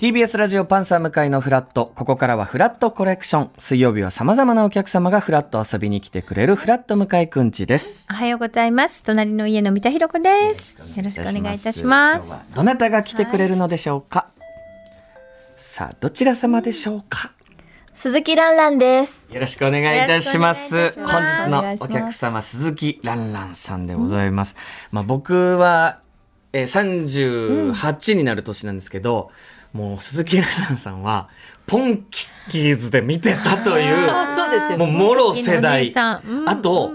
TBS ラジオパンサー向かいのフラット。ここからはフラットコレクション。水曜日は様々なお客様がフラット遊びに来てくれるフラット向井くんちです。おはようございます。隣の家の三田寛子です。よろしくお願いいたしま今日はす。どなたが来てくれるのでしょうか、さあ、どちら様でしょうか鈴木蘭蘭です。よろしくお願いいたします。よろしくお本願い日いたしますのお客様、鈴木蘭蘭さんでございます。まあ僕は、えー、38になる年なんですけど、もう鈴木蘭蘭さんは、ポンキッキーズで見てたと いう、そうですよもうね。もろ世代。さんうんあと、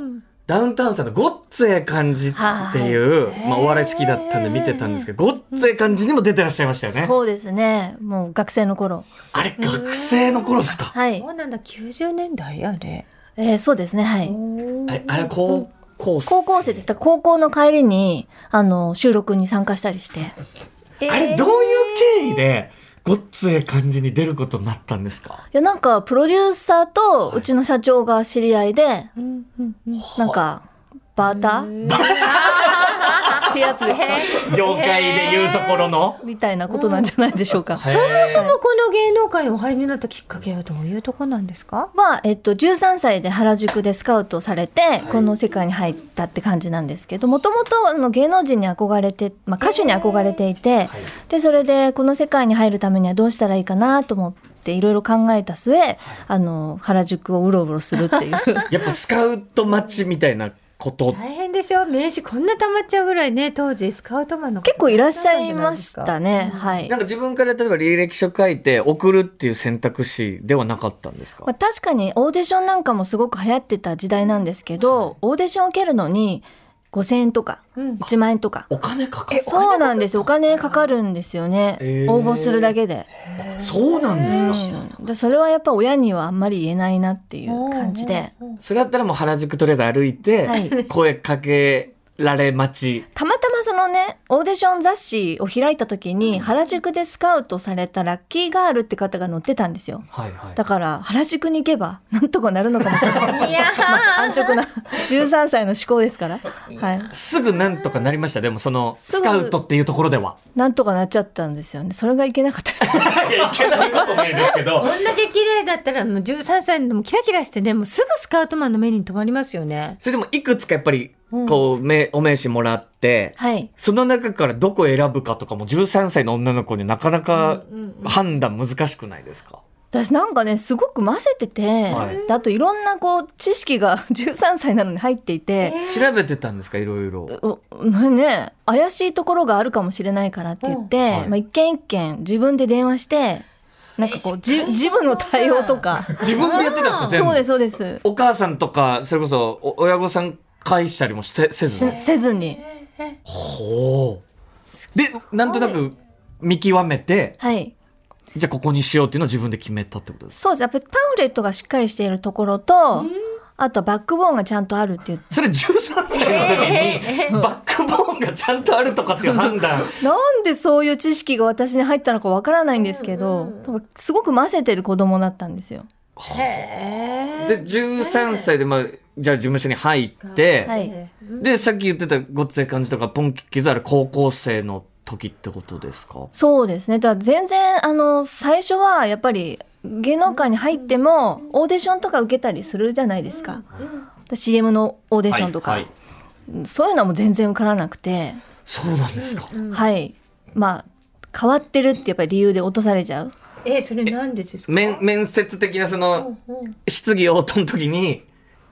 ダウンタウンさんのごっつええ感じっていう、まあお笑い好きだったんで見てたんですけど、ごっつええ感じにも出てらっしゃいましたよね。そうですね。もう学生の頃。あれ、学生の頃ですかはいそ。うなんだ、90年代あれ。えー、そうですね。はい。あれ、あれ高校生高校生でした。高校の帰りに、あの、収録に参加したりして。あれどういう経緯でごっつえ感じに出ることになったんですかいや、なんか、プロデューサーとはいうちの社長が知り合いで、うんうんうんなんか、バーターってやつですか業界でいうところの、みたいなことなんじゃないでしょうか。そもそもこの芸能界にお入りになったきっかけはどういうとこなんですかは、えっと、13歳で原宿でスカウトされて、この世界に入ったって感じなんですけどもともと芸能人に憧れて、まあ、歌手に憧れていて、はいでそれでこの世界に入るためにはどうしたらいいかなと思っていろいろ考えた末、あの原宿をうろうろするっていうやっぱスカウト待ちみたいなこと、大変でしょ名刺こんな溜まっちゃうぐらいね、当時スカウトマンの方結構いらっしゃいましたね。うんはいなんか自分から例えば履歴書書いて送るっていう選択肢ではなかったんですか、まあ、確かにオーディションなんかもすごく流行ってた時代なんですけど、オーディションを受けるのに5,000円とかうん1万円とかお金かかるそうなんですよお金かかるんですよね、へー応募するだけで、そうなんですか、うんでそれはやっぱ親にはあんまり言えないなっていう感じでそれだったらもう原宿とりあえず歩いて、はい声かけられ待ちたまたまそのねオーディション雑誌を開いた時に原宿でスカウトされたラッキーガールって方が載ってたんですよはいはいだから原宿に行けばなんとかなるのかもしれ ないいや安 直な13歳の思考ですから、はい、すぐなんとかなりましたでもそのすスぐカウトっていうところではなんとかなっちゃったんですよねそれがいけなかったですいやいけないことないですけどこんだけ綺麗だったらもう13歳でもキラキラしてねもうすぐスカウトマンの目に留まりますよね。それでもいくつかやっぱりこう、めお名刺もらって、はいその中からどこ選ぶかとかも13歳の女の子になかなかうんうん判断難しくないですか、私なんかねすごく混ぜてて、はいであといろんなこう知識が 13歳なのに入っていて、調べてたんですかいろいろ。おなね怪しいところがあるかもしれないからって言って、うんはいまあ、一軒一軒自分で電話してなんかこうじ事務の対応とか自分でやってたんですか全部 そうですそうですお母さんとかそれこそお親御さん返したりもしてせずに。 せずにほうでなんとなく見極めてはいじゃあここにしようっていうのを自分で決めたってことですかそうですやっぱりパンフレットがしっかりしているところとあとはバックボーンがちゃんとあるっていうそれ13歳の時にバックボーンがちゃんとあるとかっていう判断なんでそういう知識が私に入ったのかわからないんですけど、なんかすごく混ぜてる子供だったんですよで13歳で、まあ、じゃあ事務所に入って、はいでさっき言ってたごっつええ感じとかポンキッキーズある高校生の時ってことですかそうですねだから全然あの最初はやっぱり芸能界に入ってもオーディションとか受けたりするじゃないですか、CM のオーディションとか、はいはいそういうのも全然受からなくて、そうなんですか、はいまあ変わってるってやっぱり理由で落とされちゃうえそれなんでですか面面接的なその質疑応答の時に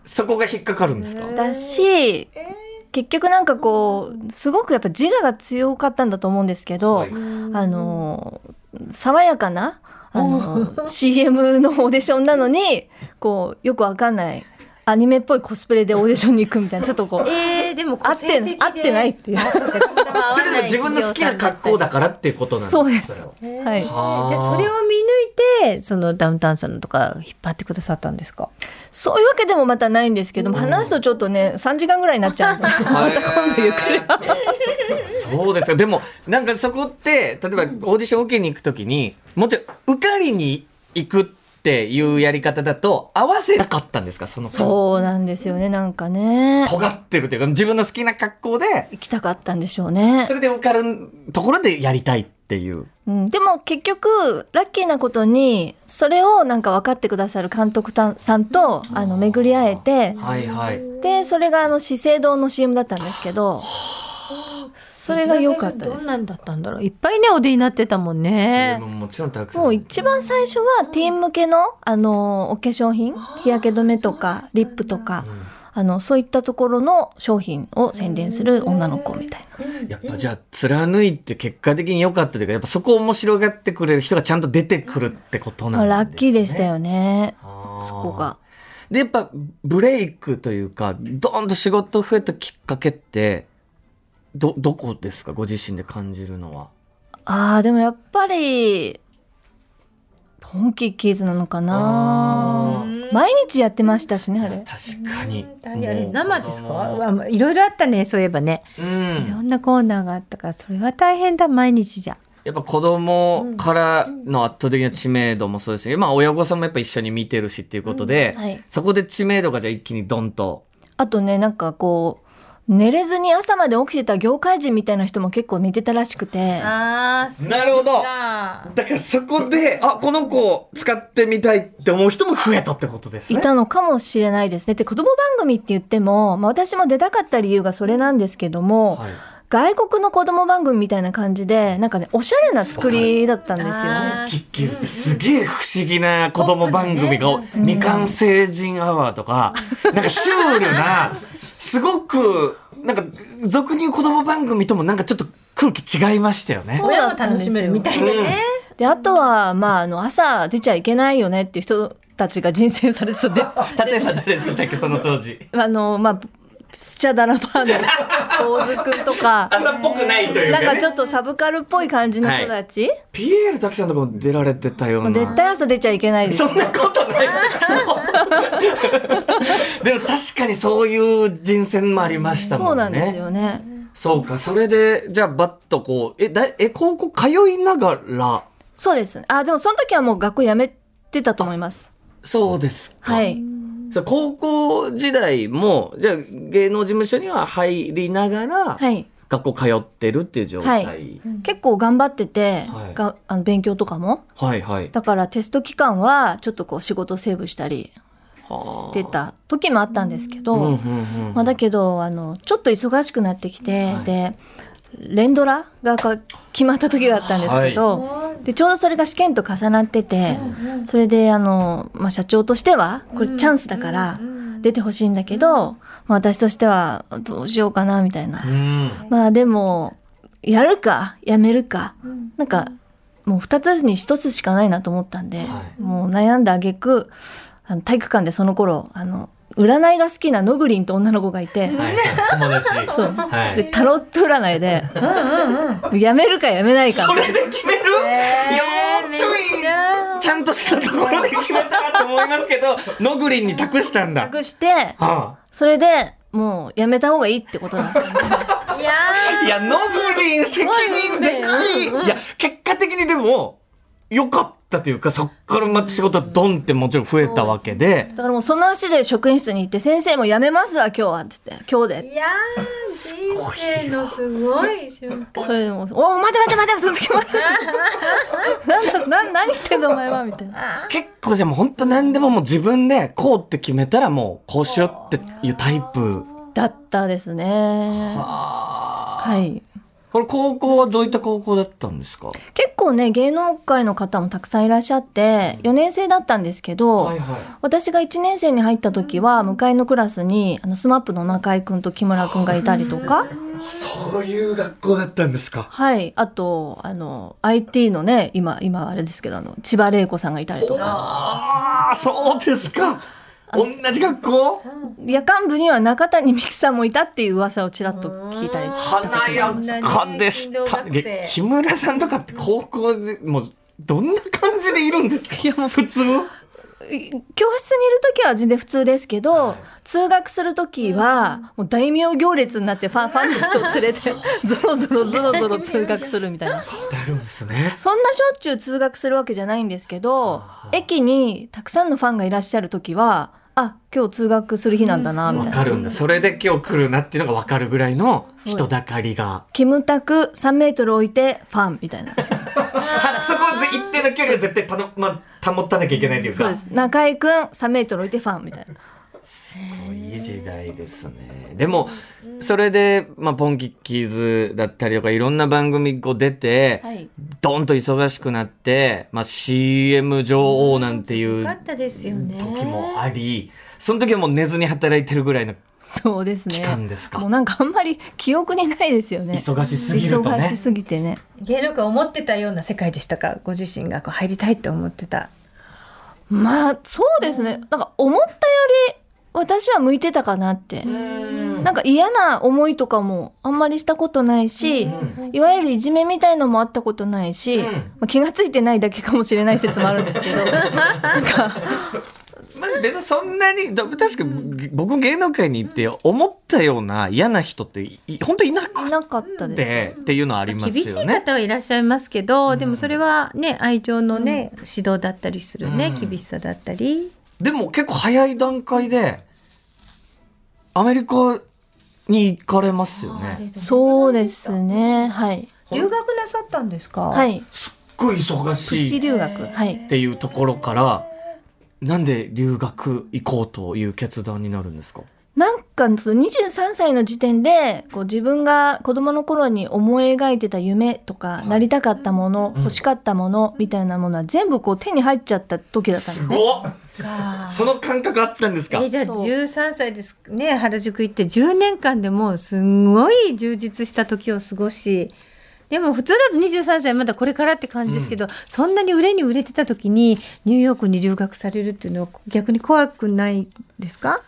そこが引っかかるんですか、だし、結局なんかこうすごくやっぱ自我が強かったんだと思うんですけど、はいあの爽やかなあの CM のオーディションなのにこうよくわかんないアニメっぽいコスプレでオーディションに行くみたいなちょっとこうえー、でも合ってん合ってないっていう。それでも自分の好きな格好だかからっていうことなんですそうですれははい、はあじゃあそれを見抜いてそのダウンタウンさんのとか引っ張ってくださったんですかそういうわけでもまたないんですけども話すとちょっとね3時間ぐらいになっちゃうんで また今度ゆっくりはそうですよ。でも、なんかそこって、例えばオーディション受けに行くときに、もちろん、受かりに行くっていうやり方だと、合わせなかったんですかその、尖そうなんですよねなんかねってるというか、自分の好きな格好で、行きたかったんでしょうねそれで受かるところでやりたいっっていう。うん、でも結局ラッキーなことにそれをなんか分かってくださる監督たんさんとあの巡り会えてはいはい。でそれがあの資生堂の CM だったんですけどそれが良かったでどんす。なんだったんだろういっぱいねお出になってたも CM んねももちろんたくさん。もう一番最初はティーン向けのあのお化粧品日焼け止めとかリップとかあのそういったところの商品を宣伝する女の子みたいな。やっぱじゃあ貫いて結果的に良かったというかやっぱそこを面白がってくれる人がちゃんと出てくるってことなんですね。ラッキーでしたよねあー。そこが。でやっぱブレイクというかドーンと仕事増えたきっかけってどどこですかご自身で感じるのは。あーでもやっぱりポンキッキーズなのかなあー毎日やってましたしねあれ確かに。あれもう生ですかうんうわまあいろいろあったねそういえばねうんいろんなコーナーがあったからそれは大変だ毎日じゃやっぱ子供からの圧倒的な知名度もそうですし、まあ親御さんもやっぱ一緒に見てるしっていうことで、はいそこで知名度がじゃあ一気にドンと。あとねなんかこう寝れずに朝まで起きてた業界人みたいな人も結構見てたらしくてあーなるほどあだからそこで、あ、この子を使ってみたいって思う人も増えたってことですいね。たのかもしれないですねで子供番組って言っても、まあ、私も出たかった理由がそれなんですけども、はい外国の子供番組みたいな感じでなんかねおしゃれな作りだったんですよわかる。キッキーズってすげえ不思議な子供番組が多い、未完成人アワーとか、なんかシュールな、すごく、なんか、俗に言う子供番組ともなんかちょっと空気違いましたよね。そう親だもったん楽ですしよめるみたいなね、であとは、まあ、あの朝出ちゃいけないよねっていう人たちが人選されてた であ例えば誰でしたっけ、その当時。のまあスチャダラ バーの大津くんとか朝っぽくないというなか、んね。かちょっとサブカルっぽい感じの人たち、ピエール滝さんとかも出られてたようもな。う絶対朝出ちゃいけないですそんなことない ですよでも確かにそういう人選もありましたそもうんね。なんですよねそうか、それで、じゃあ、バッとこう、え、だ、え、高校通いながら、そうですあでもその時はもう学校辞めてたと思いますそうですか。はいそう高校時代も、じゃあ、芸能事務所には入りながら、はい学校通ってるっていう状態。ははいい、結構頑張ってて、はいがあの勉強とかもはい、はい。だからテスト期間はちょっとこう仕事セーブしたりしてた時もあったんですけど、うん、うん、うん。まあ、だけどあのちょっと忙しくなってきて、はいで連ドラがか決まった時があったんですけど、でちょうどそれが試験と重なってて、それであの、まあ、社長としてはこれチャンスだから出てほしいんだけど、まあ、私としてはどうしようかなみたいな、うん。まあでもやるかやめるか、なんかもう2つに1つしかないなと思ったんで、はもう悩んだ挙句あの体育館でその頃あの占いが好きなノグリンと女の子がいて、はい、友達。そう、はいそれタロット占いでやめるかやめないかそれで決める、いやもうちょいちゃんとしたところで決めたかと思いますけどノグリンに託したんだ、隠してはそれでもうやめた方がいいってことだったんでいやあ、いやノグリン責任でかい、いや結果的にでも良かったというかそっからまた仕事はドンってもちろん増えたわけでだからもうその足で職員室に行って「先生もうやめますわ今日は」っつって「今日で」いやー人生のすごい瞬間それでもう「おお待て待て待てその時待て」なんだな何言ってんだお前は」みたいな結構じゃあもう本当何でももう自分でこうって決めたらもうこうしようっていうタイプだったですねははいこれ高校はどういった高校だったんですか結構ね芸能界の方もたくさんいらっしゃって4年生だったんですけど、はい私が1年生に入った時は向かいのクラスにあのスマップの中居君と木村君がいたり とか、そういう学校だったんですかはい、あとあの IT のね今今あれですけどあの千葉玲子さんがいたりとかああそうですか同じ学校夜間部には中谷美紀さんもいたっていう噂をちらっと聞いたりしたことがあ花りやますかでした同じ勤労学生木村さんとかって高校でもうどんな感じでいるんですかいやもう普通教室にいる時は全然普通ですけど、はい通学する時はもう大名行列になってファンファンの人を連れてゾロゾロゾロゾロ通学するみたいな。なるんですねそんなしょっちゅう通学するわけじゃないんですけどあ、駅にたくさんのファンがいらっしゃる時は、あ、今日通学する日なんだな、みたいわな。かるんだそれで今日来るなっていうのがわかるぐらいの人だかりがキムタク3メートル置いてファンみたいな。そこは一定の距離は絶対たの、まあ、保たなきゃいけないというかそうです中居君3メートル置いてファンみたいなもういい時代ですね。でも、それで、まあ、ポンキッキーズだったりとか、いろんな番組こう出て、はいドンと忙しくなって、まあ、CM 女王なんていうよかったですよね。時もあり、その時はもう寝ずに働いてるぐらいのそうですね期間ですかもうなんかあんまり記憶にないですよね忙しすぎると忙ねし。すぎてね芸能界思ってたような世界でしたかご自身がこう入りたいって思ってた。まあそうですねなんか思ったより私は向いてたかなってなんか嫌な思いとかもあんまりしたことないし、ういわゆるいじめみたいのもあったことないし、うんまあ、気がついてないだけかもしれない説もあるんですけど なんかまあ、別にそんなに、だ確かに僕も芸能界に行って思ったような嫌な人ってい、い本当いなくいなかったです。て、っていうのはありま厳すしよいね。方はいらっしゃいますけど、でもそれはね愛情のね、指導だったりするね、うん厳しさだったり。でも結構早い段階で、アメリカに行かれますよね。そうですね。はい。留学なさったんですか。は。い。すっごい忙し地いっ留学。はい。ていうところから、なんで留学行こうという決断になるんですかなんか、23歳の時点で、こう自分が子供の頃に思い描いてた夢とか、なりたかったもの、ん欲しかったもの、みたいなものは全部こう手に入っちゃった時だったんですね。ごっその感覚あったんですえかじゃあそう13歳ですね原宿行って10年間でもうすんごい充実した時を過ごしでも普通だと23歳まだこれからって感じですけど、そんなに売れに売れてた時にニューヨークに留学されるっていうのは逆に怖くないですか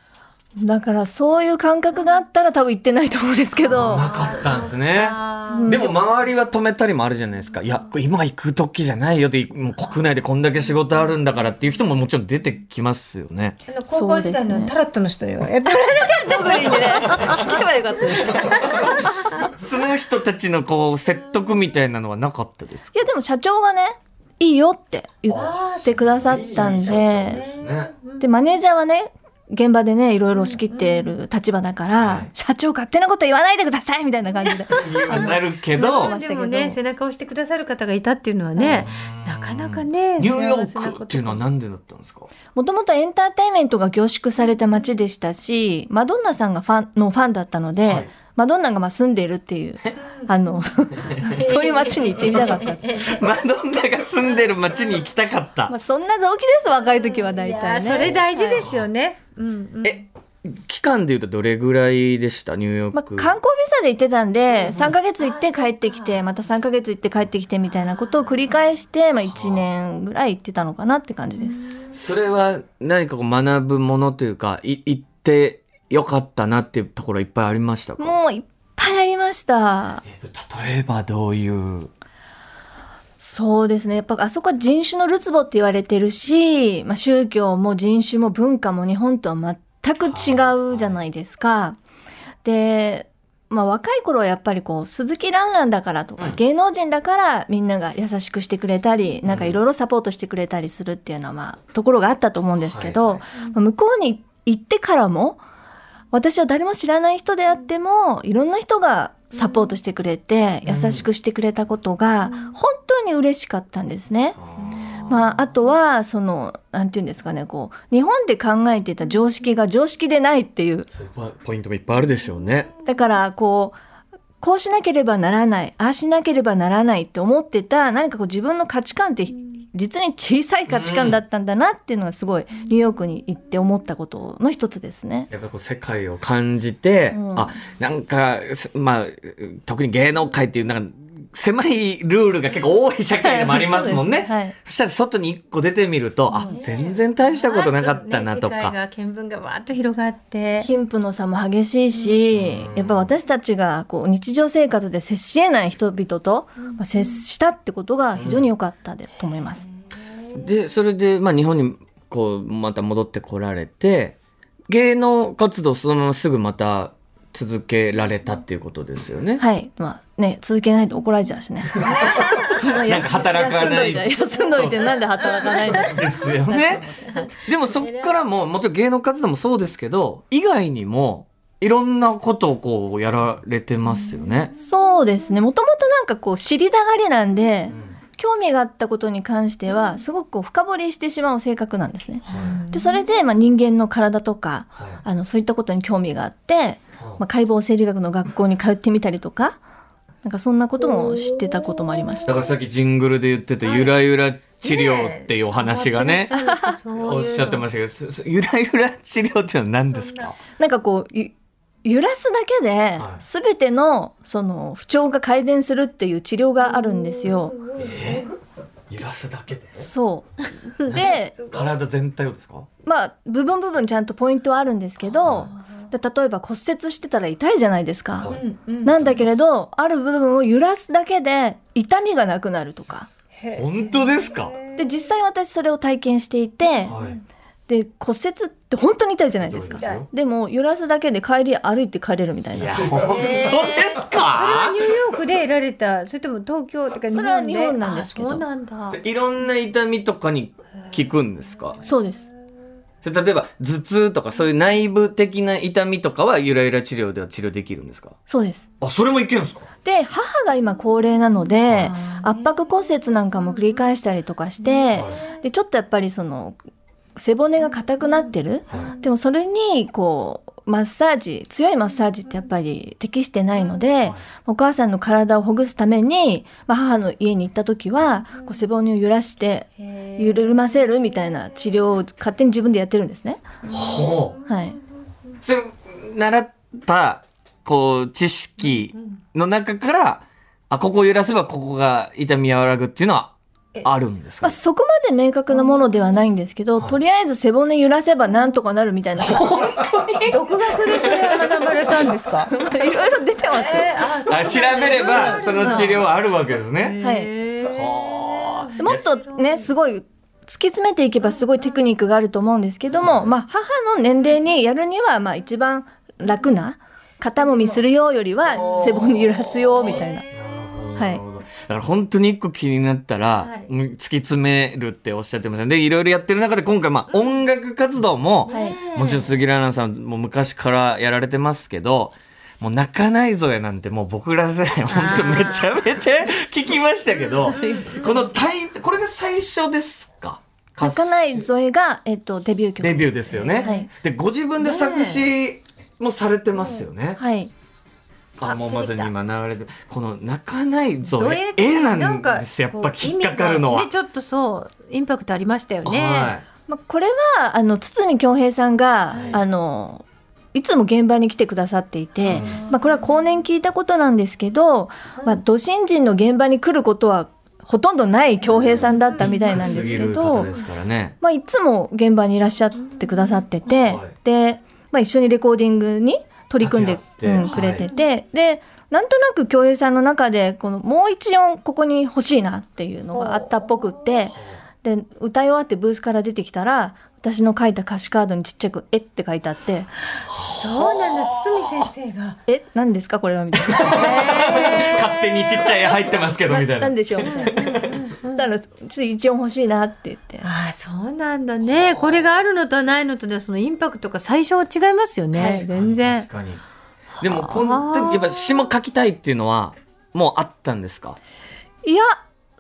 だからそういう感覚があったら多分行ってないと思うんですけど。なかったんですね。あうんでも周りは止めたりもあるじゃないですか。いや、今行く時じゃないよって、もう国内でこんだけ仕事あるんだからっていう人ももちろん出てきますよね。の高校時代のタロットの人 にはやったら無理にね。聞けばよかったです。いその人たちのこう説得みたいなのはなかったですかやでも社長がね、いいよって言ってくださったんで、ね。でマネージャーはね現場でねいろいろ仕切ってる立場だから、はい社長勝手なこと言わないでくださいみたいな感じでなるけど、ましでたけどもね背中を押してくださる方がいたっていうのはね、なかなかねニューヨ幸せなこークとっていうのはなんでだったんですかもともとエンターテインメントが凝縮された街でしたしマドンナさんがファンのファンだったので、はいマドンナがまあ住んでるっていうあの そういう街に行ってみたかった。マドンナが住んでる街に行きたかっまたあ。そんな動機です若い時は大いや体ね。それ大事ですよね、うんうんえ、期間で言うとどれぐらいでしたニューヨーまあ、ク。観光ビザで行ってたんで、3ヶ月行って帰ってきて、また3ヶ月行って帰ってきてみたいなことを繰り返して、まあ1年ぐらい行ってたのかなって感じです。それは何かこう学ぶものというか、い行ってよかったなっていうところいっぱいありましたかもういっぱいありました。えーと例えばどういう。そうですね。やっぱあそこは人種のるつぼって言われてるし、まあ宗教も人種も文化も日本とは全く違うじゃないですか。で、まあ若い頃はやっぱりこう、鈴木蘭蘭だからとか、うん芸能人だからみんなが優しくしてくれたり、なんかいろいろサポートしてくれたりするっていうのはまあ、ところがあったと思うんですけはど、いまあ向こうに行ってからも、私は誰も知らない人であってもいろんな人がサポートしてくれてうん優しくしてくれたことが本当に嬉しかったんですね。まあ、あとはそのなんて言うんですかねこう日本で考えてた常識が常識でないっていうそういうポポイントもいっぱいあるでしょうね。だからこうこうしなければならないああしなければならないって思ってた何かこう自分の価値観って実に小さい価値観だったんだなっていうのがすごいニューヨークに行って思ったことの一つですね。やっぱりこう世界を感じて、うんあ、なんか、すまあ、特に芸能界っていうなんか狭いルールが結構多い社会でもありますもんね。そうです はいそしたら外に一個出てみると、あ、全然大したことなかったなとわーっね世界か。が見聞がわーっと広がって貧富の差も激しいし、やっぱ私たちがこう日常生活で接し得ない人々とまあ接したってことが非常に良かったでと思います。で、それで、まあ日本にこう、また戻ってこられて、芸能活動そのまますぐまた続けられたっていうことですよね。はい。まあね、続けないと怒られちゃうしね。 そんななん休か働かない休んどいて、休んどいてなんで働かないのですよ ね。 でもそっからも、もちろん芸能活動もそうですけど、以外にも、いろんなことをこう、やられてますよね。そうですね。もともとなんかこう知りたがりなんで、興味があったことに関しては、すごくこう深掘りしてしまう性格なんですね。はでそれで、まあ、人間の体とか、はいあのそういったことに興味があって、はあまあ、解剖生理学の学校に通ってみたりとかなんかそんなことも知ってたこともありまだした。からさっきジングルで言ってたゆらゆら治療っていうお話がね、おっしゃってまししたけどす すゆらゆら治療っていうのは何ですかなんかこうゆ揺らすだけではい全てのその不調が改善するっていう治療があるんですよ。揺らすだけでそうで体全体をですかまあ部分部分ちゃんとポイントはあるんですけどで例えば骨折してたら痛いじゃないですか。はいうんうんなんだけれどある部分を揺らすだけで痛みがなくなるとかへ本当ですかで実際私それを体験していてはいで骨折って本当に痛いじゃないですどかうですよでも揺らすだけで帰り歩いて帰れるみたいいなや本当ですそれはかニューヨークで得られたそれとも東京とか日本でそれは日本なんですけどあそうなんだいろんな痛みとかに効くんですかそうですで例えば頭痛とかそういう内部的な痛みとかはゆらゆら治療では治療できるんですかそうですあそれもいけるんですかで母が今高齢なので圧迫骨折なんかも繰り返したりとかしてでちょっとやっぱりその背骨が硬くなってるはでもそれにこうマッサージ強いマッサージってやっぱり適してないのでお母さんの体をほぐすために、まあ、母の家に行った時はこう背骨を揺らしてゆ緩ませるみたいな治療を勝手に自分でやってるんですね。ほうはい、それ習ったこう知識の中からあここを揺らせばここが痛み和らぐっていうのはあるんですかまあ、そこまで明確なものではないんですけど、とりあえず背骨揺らせばなんとかなるみたいない独学でそれは学ばれたん ですかろいろ出てます。えーあそうなあんだ調べればその治療はあるわけですね。はいへーはあもっとねすごい突き詰めていけばすごいテクニックがあると思うんですけども、まあ、母の年齢にやるにはまあ一番楽な肩もみするよよりは背骨揺らすよみたいな。はいだから本当に一個気になったら、いもう突き詰めるっておっしゃってましたねでいろいろやってる中で今回まあ音楽活動も、はいもちろん杉浦奈さんも昔からやられてますけどもう泣かないぞやなんてもう僕ら世代本当めちゃめちゃ聞きましたけ どこのタイこれが最初ですか泣かないゾエが、えっと、デビュー曲デですビューですよね、はいでご自分で作詞もされてますよね、はい、あもうまさに今流れてこの泣かないぞゾエ絵って絵ななんんかですやっこうぱ引っかかるの意は、味がねちょっとそうインパクトありましたよね、はまあ、これはあの堤恭平さんが、はいい、あのいつも現場に来てくださっていて、まあ、これは後年聞いたことなんですけど、まあ、土新人の現場に来ることはほとんどない恭平さんだったみたいなんですすぎける方ど、ですからねまあ、いつも現場にいらっしゃってくださってて、はいで、まあ、一緒にレコーディングに取り組んで立ち会ってうんくれてて、でなんとなく恭平さんの中でこのもう一音ここに欲しいなっていうのがあったっぽくって。で歌い終わってブースから出てきたら私の書いた歌詞カードにちっちゃく「え」って書いてあってそうなんだ堤先生が「え何ですかこれは」みたいな勝手にちっちゃい絵入ってますけどみた いな「何でしょう」みたいなそしたら「ちょっと一音欲しいな」って言ってああそうなんだねこれがあるのとないのとでそのインパクトが最初は違いますよね全然確かにでもこの時やっぱ詩も書きたいっていうのはもうあったんですかいや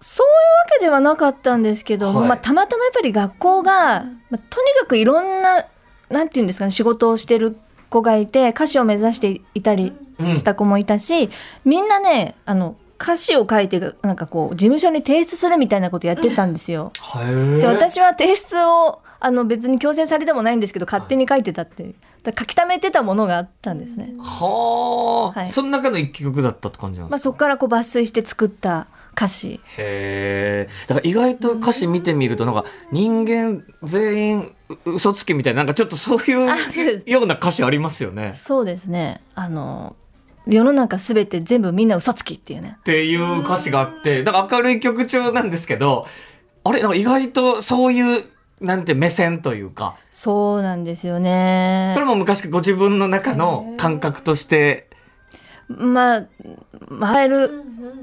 そういうわけではなかったんですけど、はいまあ、たまたまやっぱり学校が、まあ、とにかくいろんななんて言うんですかね仕事をしてる子がいて歌手を目指していたりした子もいたし、みんなねあの歌詞を書いてなんかこう事務所に提出するみたいなことやってたんですよ。はいで私は提出をあの別に強制されてもないんですけど勝手に書いてたってだから書き溜めてたものがあったんですね、はあ、はいその中の一曲だったって感じなんまであ、すか、そこからこう抜粋して作った歌詞へえだから意外と歌詞見てみるとなんか人間全員う嘘つきみたいななんかちょっとそうあそういでうすような歌詞ありますよねそうですねあの世の中すべて全部みんな嘘つきっていうねっていう歌詞があって、なんか明るい曲調なんですけど、あれなんか意外とそういう、なんて目線というか、そうなんですよこれねも昔ご自分の中の感覚として、まあ抱える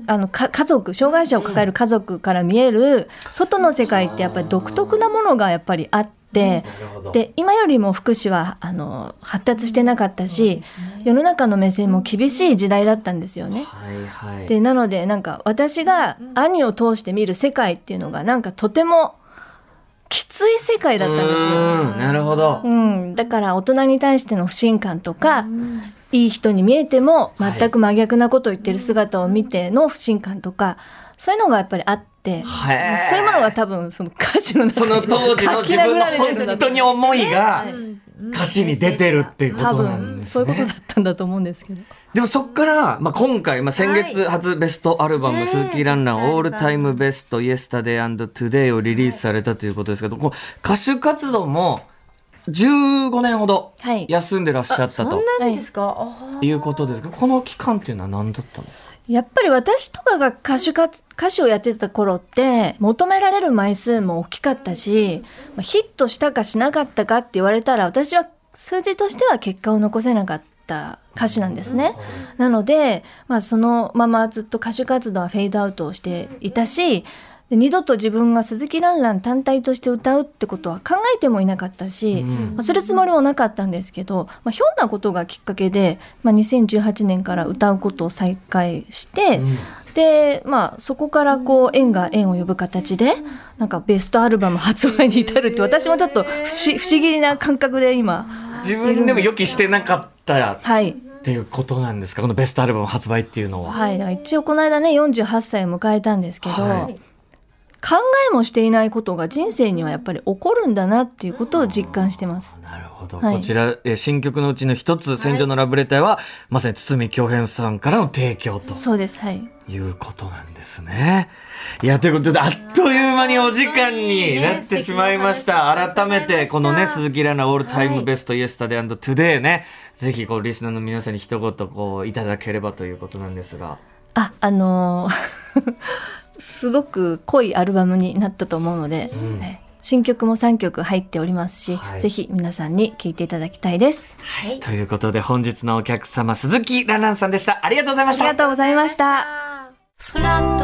あのか家族障害者を抱える家族から見える外の世界ってやっぱり独特なものがやっぱりあってって、なるほど。で今よりも福祉はあの発達してなかったし、世の中の目線も厳しい時代だったんですよね。はいはい。でなのでなんか私が兄を通して見る世界っていうのがなんかとてもきつい世界だったんですよ。うーんなるほど。うん、だから大人に対しての不信感とか、いい人に見えても全く真逆なことを言ってる姿を見ての不信感とか、そういうのがやっぱりあって、へーそういうものが多分その歌詞の中その当時の自分の本当に思いが歌詞に出てるっていうことなん多分でそうすいねうことだ。ったんだと思うんですけど。でもそっから、まあ、今回、まあ、先月初ベストアルバム、ねえ鈴木蘭蘭ベストアルバムオールタイムベストイエスタデイアンドトゥデイをリリースされたということですけど、こう歌手活動も15年ほどはい休んでらっしゃったとそんなんですか、あいうことですが、この期間っていうのは何だったんですかやっぱり私とかが歌手か歌手をやってた頃って求められる枚数も大きかったしまあヒットしたかしなかったかって言われたら私は数字としては結果を残せなかった歌手なんですね。なので、まあ、そのままずっと歌手活動はフェードアウトをしていたしで二度と自分が鈴木蘭蘭単体として歌うってことは考えてもいなかったし、んまあするつもりもなかったんですけど、まあ、ひょんなことがきっかけで、まあ、2018年から歌うことを再開して、で、まあ、そこからこう縁が縁を呼ぶ形でなんかベストアルバム発売に至るって私もちょっと不思不思議な感覚で今自分でも予期してなかったはいっていうことなんですかこのベストアルバム発売っていうのは。はい、だから一応この間ね48歳を迎えたんですけど、はい考えもしていないことが人生にはやっぱり起こるんだなっていうことを実感してます。なるほど、はいこちら、えー新曲のうちの一つ「戦場のラブレターは」まさに堤恭平さんからの提供とそうです、はい、いうことなんですね。いやということであっという間にお時間になってしまいました、ね素敵改なお話でめしたてこのね鈴木蘭奈オールタイはムいベスト、イエスタデイトゥデイねぜひこうリスナーの皆さんに一言こういただければということなんですがああのー すごく濃いアルバムになったと思うので、はい新曲も3曲入っておりますし、はいぜひ皆さんに聴いていただきたいです。ということで本日のお客様鈴木蘭蘭さんでしたありがとうございましありたがとうございました。あフラッ